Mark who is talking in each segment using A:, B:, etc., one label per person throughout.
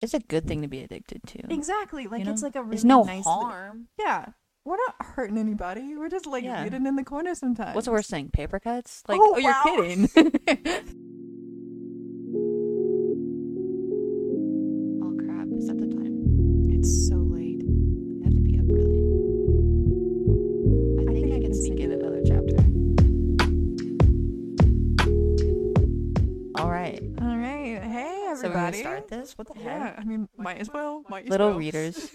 A: it's a good thing to be addicted to.
B: Exactly. Like
A: you
B: it's
A: know?
B: like a really
A: There's no
B: nice li-
A: harm.
B: Yeah. We're not hurting anybody. We're just like
A: Yeah.
B: hidden in the corner sometimes.
A: What's the worst thing? Paper cuts? Like,
B: Oh,
A: oh, you're
B: wow.
A: kidding. oh, crap. Is that the time?
B: It's so late.
A: I have to be up early. I think I can sneak in another chapter. All right.
B: All right. Hey
A: So we're going
B: everybody.
A: to start this? What the heck?
B: yeah. I mean, might as well. Might as
A: Little
B: well.
A: readers.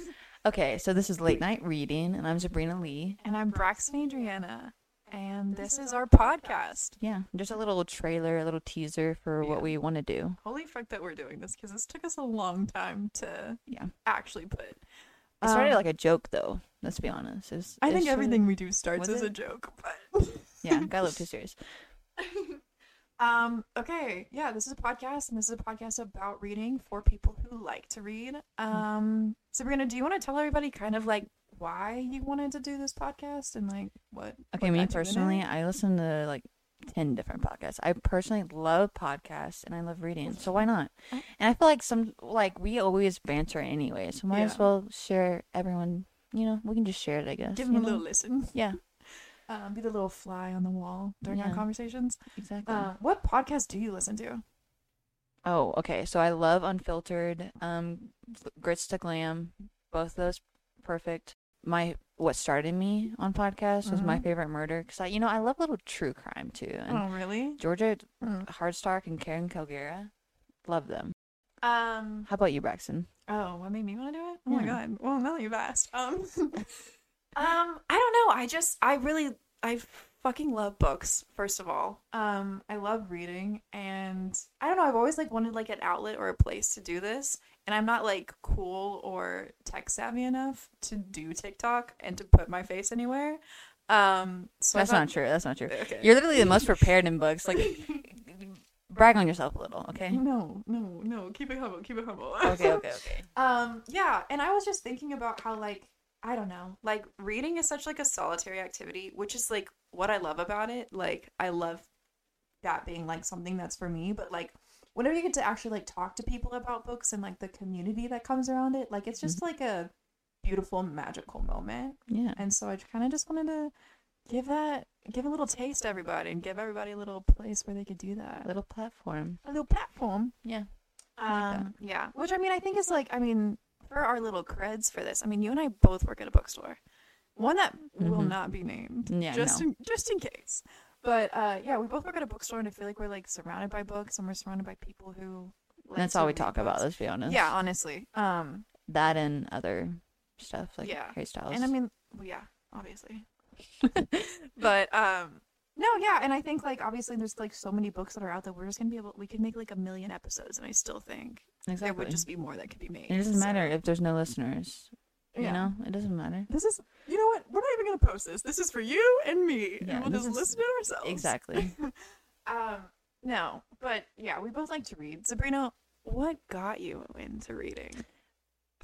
A: Okay, so this is Late Night Reading, and I'm Sabrina Lee.
B: And I'm Braxton Adriana, and this is our podcast.
A: Yeah, just a little trailer, a little teaser for
B: Yeah.
A: what we want to do.
B: Holy fuck that we're doing this because this took us a long time to
A: Yeah.
B: actually put.
A: It started
B: Um,
A: like a joke, though. Let's be honest. It was-
B: I
A: it
B: think
A: started-
B: everything we do starts
A: was
B: as a
A: it?
B: joke, but
A: Yeah, got a little too serious.
B: um okay, yeah, this is a podcast and this is a podcast about reading for people who like to read.
A: Hmm.
B: Um Sabrina, do you want to tell everybody kind of like why you wanted to do this podcast and like what
A: Okay, me
B: what got you in it?
A: personally, I listen to like 10 different podcasts. I personally love podcasts and I love reading, so why not?
B: Oh.
A: And I feel like some, like, we always banter anyway, so might
B: Yeah.
A: as well share everyone, you know, we can just share it, I guess.
B: give
A: you
B: them
A: know?
B: a little listen.
A: Yeah,
B: Um, be the little fly on the wall during our
A: Yeah.
B: conversations.
A: exactly.
B: Uh, what podcast do you listen to?
A: oh, okay, so I love Unfiltered, um, Grits to Glam, both those perfect. My what started me on podcasts was my
B: Mhm.
A: favorite murder because I, you know, I love little true crime too. And
B: Oh, really?
A: Georgia
B: Mm.
A: Hardstark and Karen Calgera. Love them.
B: Um.
A: How about you, Braxton?
B: Oh, what made me want to do it? Oh my
A: Yeah.
B: god. Well, now that you've asked. Um. um. I don't know. I just. I really. I fucking love books. First of all. Um. I love reading, and I don't know. I've always like wanted like an outlet or a place to do this, and I'm not like cool or tech savvy enough to do TikTok and to put my face anywhere. Um. So I
A: That's
B: thought-
A: not true. That's not true.
B: Okay.
A: You're literally the most prepared in books. Like, brag on yourself a little, okay?
B: No, no, no. Keep it humble. Keep it humble.
A: Okay, okay, okay.
B: um yeah and i was just thinking about how like i don't know like reading is such like a solitary activity which is like what i love about it like i love that being like something that's for me but like whenever you get to actually like talk to people about books and like the community that comes around it like it's just like a beautiful magical moment
A: Yeah.
B: and so i kind of just wanted to give that give a little taste to everybody and give everybody a little place where they could do that
A: A little platform.
B: a little platform.
A: Yeah. I like
B: Um, yeah. Which I mean, I think is like, I mean, for our little creds for this, I mean, you and I both work at a bookstore, one that will
A: Mhm.
B: not be named,
A: Yeah,
B: just
A: no.
B: in, just in case. But uh, yeah, we both work at a bookstore, and I feel like we're like surrounded by books, and we're surrounded by people who. Like,
A: That's
B: to
A: all we
B: read
A: talk about,
B: books.
A: let's be honest.
B: Yeah, honestly. Um,
A: That and other stuff, like
B: Yeah.
A: hairstyles.
B: and I mean, well, yeah, obviously. but um, no, yeah, and I think like obviously there's like so many books that are out that we're just gonna be able we could make like a million episodes, and I still think
A: exactly.
B: there would just be more that could be made.
A: it doesn't
B: so-
A: matter if there's no listeners.
B: Yeah.
A: You know, it doesn't matter.
B: This is, you know what? We're not even going to post this. This is for you and me.
A: Yeah,
B: and we'll
A: this
B: just
A: is-
B: listen to ourselves.
A: Exactly.
B: Um, no, but yeah, we both like to read. Sabrina, what got you into reading?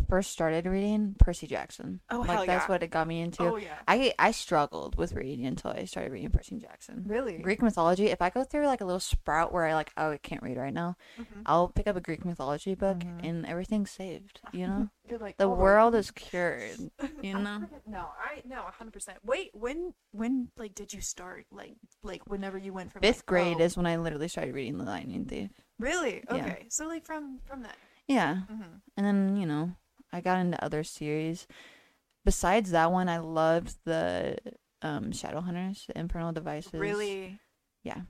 A: First started reading Percy Jackson.
B: Oh,
A: like
B: hell
A: that's
B: yeah.
A: what it got me into.
B: Oh, yeah.
A: I I struggled with reading until I started reading Percy Jackson.
B: Really?
A: Greek mythology. If I go through like a little sprout where I like, oh, I can't read right now,
B: Mhm.
A: I'll pick up a Greek mythology book
B: Mhm.
A: and everything's saved. You know,
B: You're like,
A: the
B: oh,
A: world is cured. You
B: I
A: know,
B: forget- no, I no, hundred percent. Wait, when when like did you start like like whenever you went from
A: fifth
B: like,
A: grade
B: oh,
A: is when I literally started reading The Lightning Thief.
B: really
A: yeah.
B: okay. So like from from that.
A: Yeah,
B: Mhm.
A: and then you know, I got into other series. Besides that one, I loved the um Shadowhunters, the Infernal Devices.
B: Really.
A: Yeah.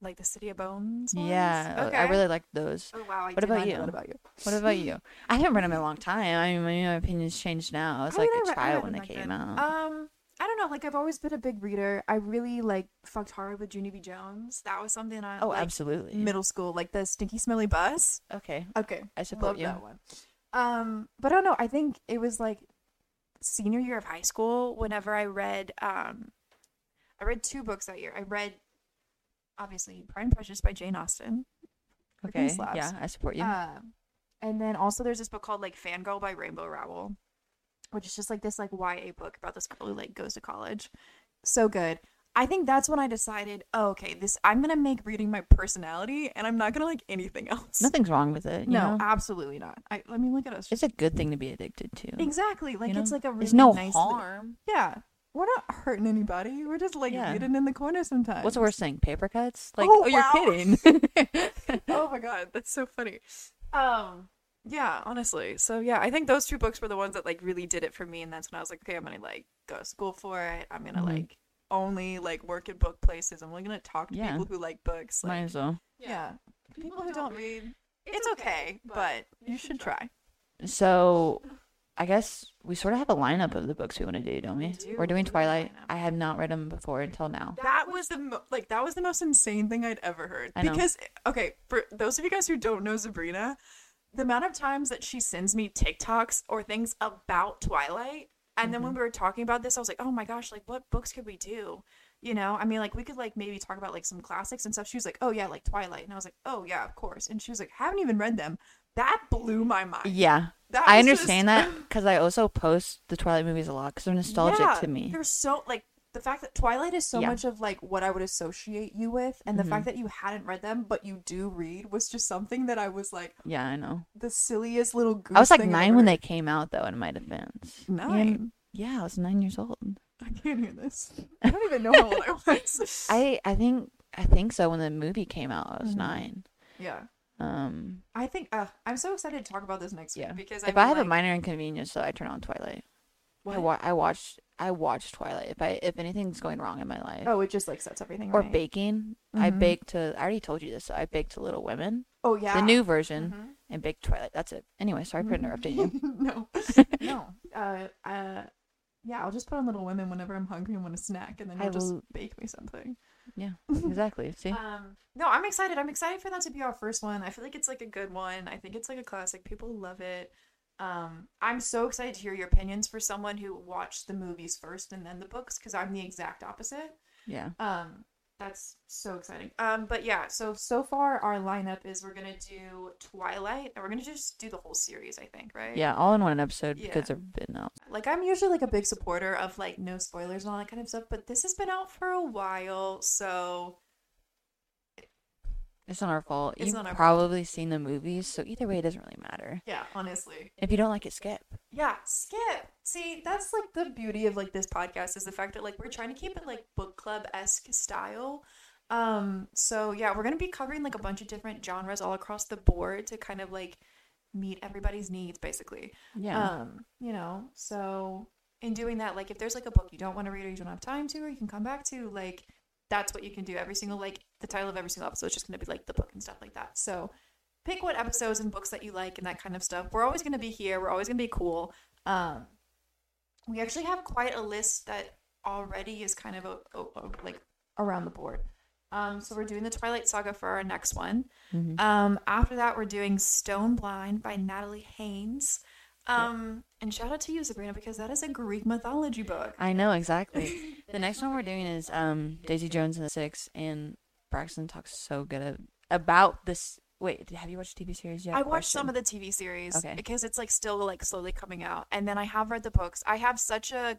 B: Like the City of Bones. ones?
A: Yeah,
B: Okay.
A: I really liked those.
B: Oh wow! I
A: What
B: did
A: about
B: not know
A: you?
B: that about you?
A: What about you? I haven't read them in a long time. I mean, my my opinion's changed now. I was
B: I mean,
A: like
B: I
A: a
B: re- I read
A: child when
B: them
A: they
B: back
A: came
B: then.
A: out.
B: Um, I don't know. Like I've always been a big reader. I really like fucked hard with Junie B. Jones. That was something I
A: oh,
B: like,
A: absolutely.
B: middle school, like the stinky smelly bus.
A: okay,
B: Okay,
A: I
B: love
A: support you.
B: that one. Um, but I don't know. I think it was like senior year of high school. Whenever I read, um, I read two books that year. I read obviously Pride and Prejudice by Jane Austen. Freaking
A: Okay,
B: slaps.
A: yeah, I support you.
B: Um, and then also there's this book called like Fangirl by Rainbow Rowell, which is just like this like YA book about this girl who like goes to college. So good. I think that's when I decided, oh, okay, this I'm gonna make reading my personality, and I'm not gonna like anything else.
A: Nothing's wrong with it. you
B: no,
A: know?
B: absolutely not. I, I mean, look at us.
A: it's a good thing to be addicted to.
B: exactly. Like
A: know?
B: it's like a really
A: There's no
B: nice little-
A: harm.
B: Yeah, we're not hurting anybody. We're just like
A: Yeah.
B: hidden in the corner sometimes.
A: What's the worst thing? Paper cuts? Like,
B: Oh,
A: oh, you're
B: wow.
A: kidding.
B: oh my god, that's so funny. Um, yeah, honestly. So yeah, I think those two books were the ones that like really did it for me, and that's when I was like, okay, I'm gonna like go to school for it. I'm gonna
A: Mhm.
B: like only like work in book places. I'm only gonna talk to
A: Yeah.
B: people who like books. Like,
A: Might as well.
B: yeah. people, who don't read, it's, okay, but you should try.
A: So, I guess we sort of have a lineup of the books we want to do, don't we?
B: do.
A: We're doing
B: We have a
A: Twilight.
B: lineup.
A: I have not read them before until now.
B: That was the mo- like that was the most insane thing I'd ever heard.
A: I know.
B: because okay, for those of you guys who don't know Sabrina, the amount of times that she sends me TikToks or things about Twilight, and then
A: Mm-hmm.
B: when we were talking about this, I was like, oh my gosh, like what books could we do? You know, I mean, like we could like maybe talk about like some classics and stuff. She was like, oh yeah, like Twilight, and I was like, oh yeah, of course. And she was like, haven't even read them. That blew my mind.
A: Yeah.
B: That
A: I
B: was
A: understand
B: just-
A: that because I also post the Twilight movies a lot because they're nostalgic
B: Yeah,
A: to me.
B: They're so like the fact that Twilight is so
A: Yeah. Mm-hmm.
B: much of like what I would associate you with, and the fact that you hadn't read them but you do read was just something that I was like
A: Yeah, I know.
B: the silliest little goose.
A: I was like
B: thing I've
A: nine when they
B: ever-
A: came out, though, in my defense. And-
B: nine.
A: Yeah, I was nine years old.
B: I can't hear this. I don't even know how old I was.
A: I I think I think so. When the movie came out, I was
B: Mhm.
A: nine.
B: yeah.
A: Um,
B: I think uh, I'm so excited to talk about this next
A: yeah.
B: week because
A: if
B: mean,
A: I have
B: like,
A: a minor inconvenience, though, I turn on Twilight. I
B: what-
A: wa- I watched I watched Twilight. If I if anything's going wrong in my life
B: oh, it just like sets everything
A: or
B: right.
A: baking, I
B: Mhm.
A: bake to. I already told you this. I baked to Little Women,
B: Oh yeah,
A: the new version,
B: Mhm.
A: and baked Twilight. That's it. Anyway, sorry for interrupting you.
B: no, no. Uh, uh, yeah, I'll just put on Little Women whenever I'm hungry and want a snack, and then
A: I
B: you'll just
A: will-
B: bake me something.
A: Yeah, exactly. See,
B: Um, no, I'm excited. I'm excited for that to be our first one. I feel like it's like a good one. I think it's like a classic. People love it. Um, I'm so excited to hear your opinions for someone who watched the movies first and then the books because I'm the exact opposite.
A: yeah,
B: Um, that's so exciting. Um, but yeah, so so far our lineup is we're gonna do Twilight and we're gonna just do the whole series. I think, right?
A: yeah, all in one episode
B: Yeah.
A: because they've been out.
B: Like I'm usually like a big supporter of like no spoilers and all that kind of stuff, but this has been out for a while, so
A: It's not our fault.
B: It's
A: You've
B: not our fault.
A: probably seen the movies, so either way, it doesn't really matter.
B: yeah, honestly.
A: If you don't like it, skip.
B: Yeah, skip. See, that's like the beauty of like this podcast is the fact that like we're trying to keep it like book club esque style. Um, so yeah, we're gonna be covering like a bunch of different genres all across the board to kind of like meet everybody's needs basically.
A: Yeah,
B: Um, you know, so in doing that, like if there's like a book you don't want to read or you don't have time to or you can come back to, like that's what you can do. Every single like the title of every single episode is just gonna be like the book and stuff like that. So pick what episodes and books that you like and that kind of stuff. We're always gonna be here, we're always gonna be cool. Um we actually have quite a list that already is kind of a, o o- like around the board. Um, so we're doing the Twilight Saga for our next one.
A: Mhm.
B: Um, after that, we're doing Stone Blind by Natalie Haynes. Um, and shout out to you, Sabrina, because that is a Greek mythology book.
A: I know exactly. the next one we're doing is um Daisy Jones and the Six, and Braxton talks so good ab- about this. Wait, did- have you watched TV series yet?
B: I watched some of the TV series
A: Okay.
B: because it's like still like slowly coming out, and then I have read the books. I have such a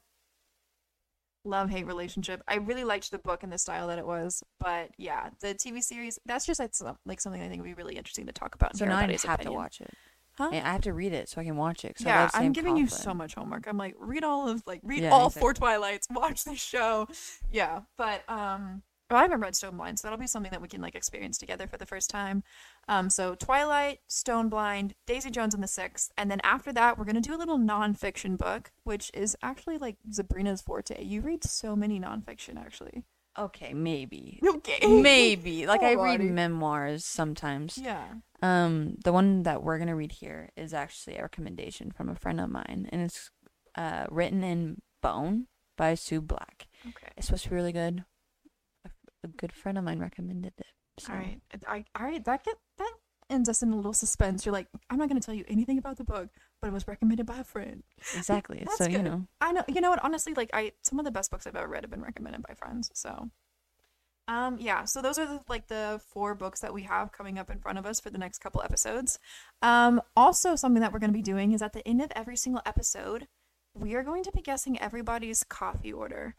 B: love hate relationship. I really liked the book and the style that it was, but yeah, the TV series that's just like, some, like something I think would be really interesting to talk about. and
A: So
B: hear
A: now I have
B: everybody's
A: to
B: opinion.
A: watch it.
B: Huh?
A: And I have to read it so I can watch it. 'cause I
B: yeah,
A: love
B: I'm
A: Sam
B: giving you
A: Claflin.
B: so much homework. I'm like, read all of like read
A: Yeah,
B: all
A: exactly.
B: four Twilights, watch the show. Yeah, but um, well, I haven't read Stone Blind, so that'll be something that we can like experience together for the first time. Um, so Twilight, Stone Blind, Daisy Jones and the Six, and then after that, we're gonna do a little nonfiction book, which is actually like Sabrina's forte. You read so many nonfiction, actually.
A: Okay, maybe.
B: Okay,
A: Maybe. Like I read
B: Alrighty.
A: memoirs sometimes.
B: yeah.
A: Um, the one that we're gonna read here is actually a recommendation from a friend of mine, and it's uh, written in bone by Sue Black.
B: Okay.
A: It's supposed to be really good. A, a good friend of mine recommended it. So.
B: All right. I, all right. That get that ends us in a little suspense. You're like, I'm not gonna tell you anything about the book, but it was recommended by a friend.
A: Exactly.
B: That's
A: so you
B: good.
A: know.
B: I know. You know what? Honestly, like I, some of the best books I've ever read have been recommended by friends. So, um, yeah. So those are the, like the four books that we have coming up in front of us for the next couple episodes. Um, also, something that we're going to be doing is at the end of every single episode, we are going to be guessing everybody's coffee order.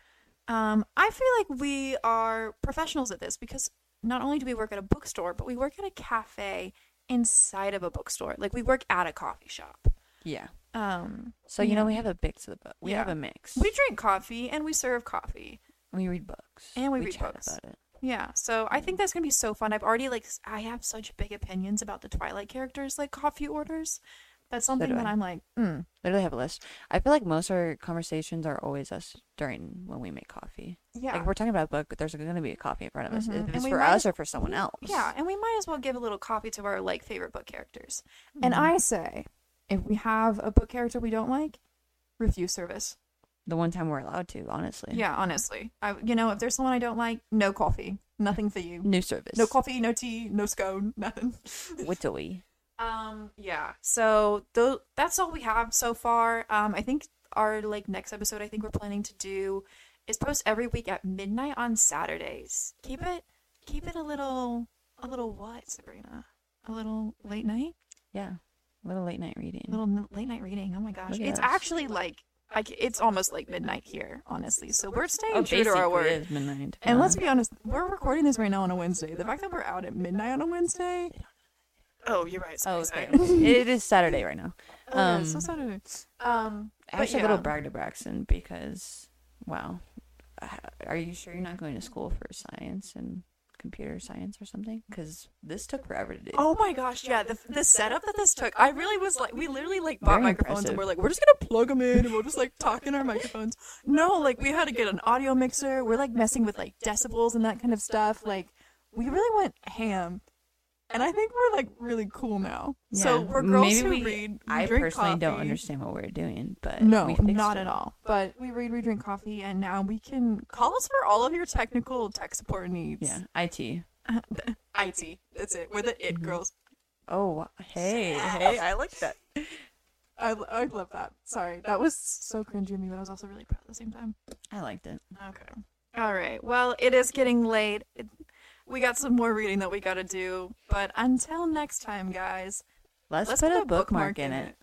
B: Um, I feel like we are professionals at this because not only do we work at a bookstore, but we work at a cafe inside of a bookstore. Like we work at a coffee shop.
A: Yeah.
B: Um,
A: So you know
B: Yeah.
A: we have a mix of the book. We have
B: Yeah.
A: a mix.
B: we drink coffee and we serve coffee.
A: We read books.
B: And we read
A: chat
B: books.
A: about it.
B: Yeah, so I think that's gonna be so fun. I've already like s- I have such big opinions about the Twilight characters, like coffee orders. That's something
A: do
B: that
A: I.
B: I'm like, mm,
A: Literally have a list. I feel like most of our conversations are always us during when we make coffee.
B: yeah,
A: Like if we're talking about a book, there's going to be a coffee in front of us.
B: Mhm.
A: If
B: And
A: it's
B: we
A: for
B: might
A: us
B: as-
A: or for someone else.
B: yeah, and we might as well give a little coffee to our like favorite book characters. And I say, if we have a book character we don't like, review service.
A: The one time we're allowed to, honestly.
B: Yeah, honestly, I you know if there's someone I don't like, no coffee, nothing for you.
A: New service.
B: No coffee, no tea, no scone, nothing.
A: Wittily.
B: Um, yeah. So tho- that's all we have so far. Um, I think our like next episode I think we're planning to do is post every week at midnight on Saturdays. Keep it keep it a little a little what, Sabrina? A little late night?
A: Yeah. A little late night reading.
B: A little n- late night reading. Oh my gosh.
A: Look at
B: It's
A: us.
B: actually like I c it's almost like midnight here, honestly. So we're staying
A: oh,
B: true to our
A: basically
B: word.
A: is midnight.
B: And let's
A: Uh,
B: be honest, we're recording this right now on a Wednesday. The fact that we're out at midnight on a Wednesday. Oh, you're right.
A: Oh,
B: Sorry,
A: okay.
B: sorry.
A: it is Saturday right now.
B: Oh, yeah, so
A: Um,
B: Saturday. Um, but
A: Actually, a little
B: yeah.
A: brag to Braxton because, wow, Uh, are you sure you're not going to school for science and computer science or something? Because this took forever to do.
B: Oh my gosh, yeah, the, the setup that this took, I really was like, we literally like bought
A: Very
B: microphones
A: impressive.
B: and we're like, we're just gonna plug them in and we'll just like talk in our microphones. No, like we had to get an audio mixer. We're like messing with like decibels and that kind of stuff. Like we really went ham. And I think we're like really cool now. So
A: Yeah.
B: we're girls
A: Maybe
B: who
A: we-
B: read. we
A: I
B: drink
A: personally don't
B: coffee.
A: understand what we're doing, but we
B: No,
A: fixed
B: not
A: it.
B: at all. But we read, we drink coffee, and now we can call us for all of your technical tech support needs.
A: Yeah, IT.
B: IT. That's it. We're the it girls.
A: Oh, hey,
B: Hey, I like that. I, I love that. Sorry, that was so cringy of me, but I was also really proud at the same time.
A: I liked it.
B: Okay. All right. Well, it is getting late. It, we got some more reading that we got to do, but until next time, guys.
A: Let's, put, a bookmark in it.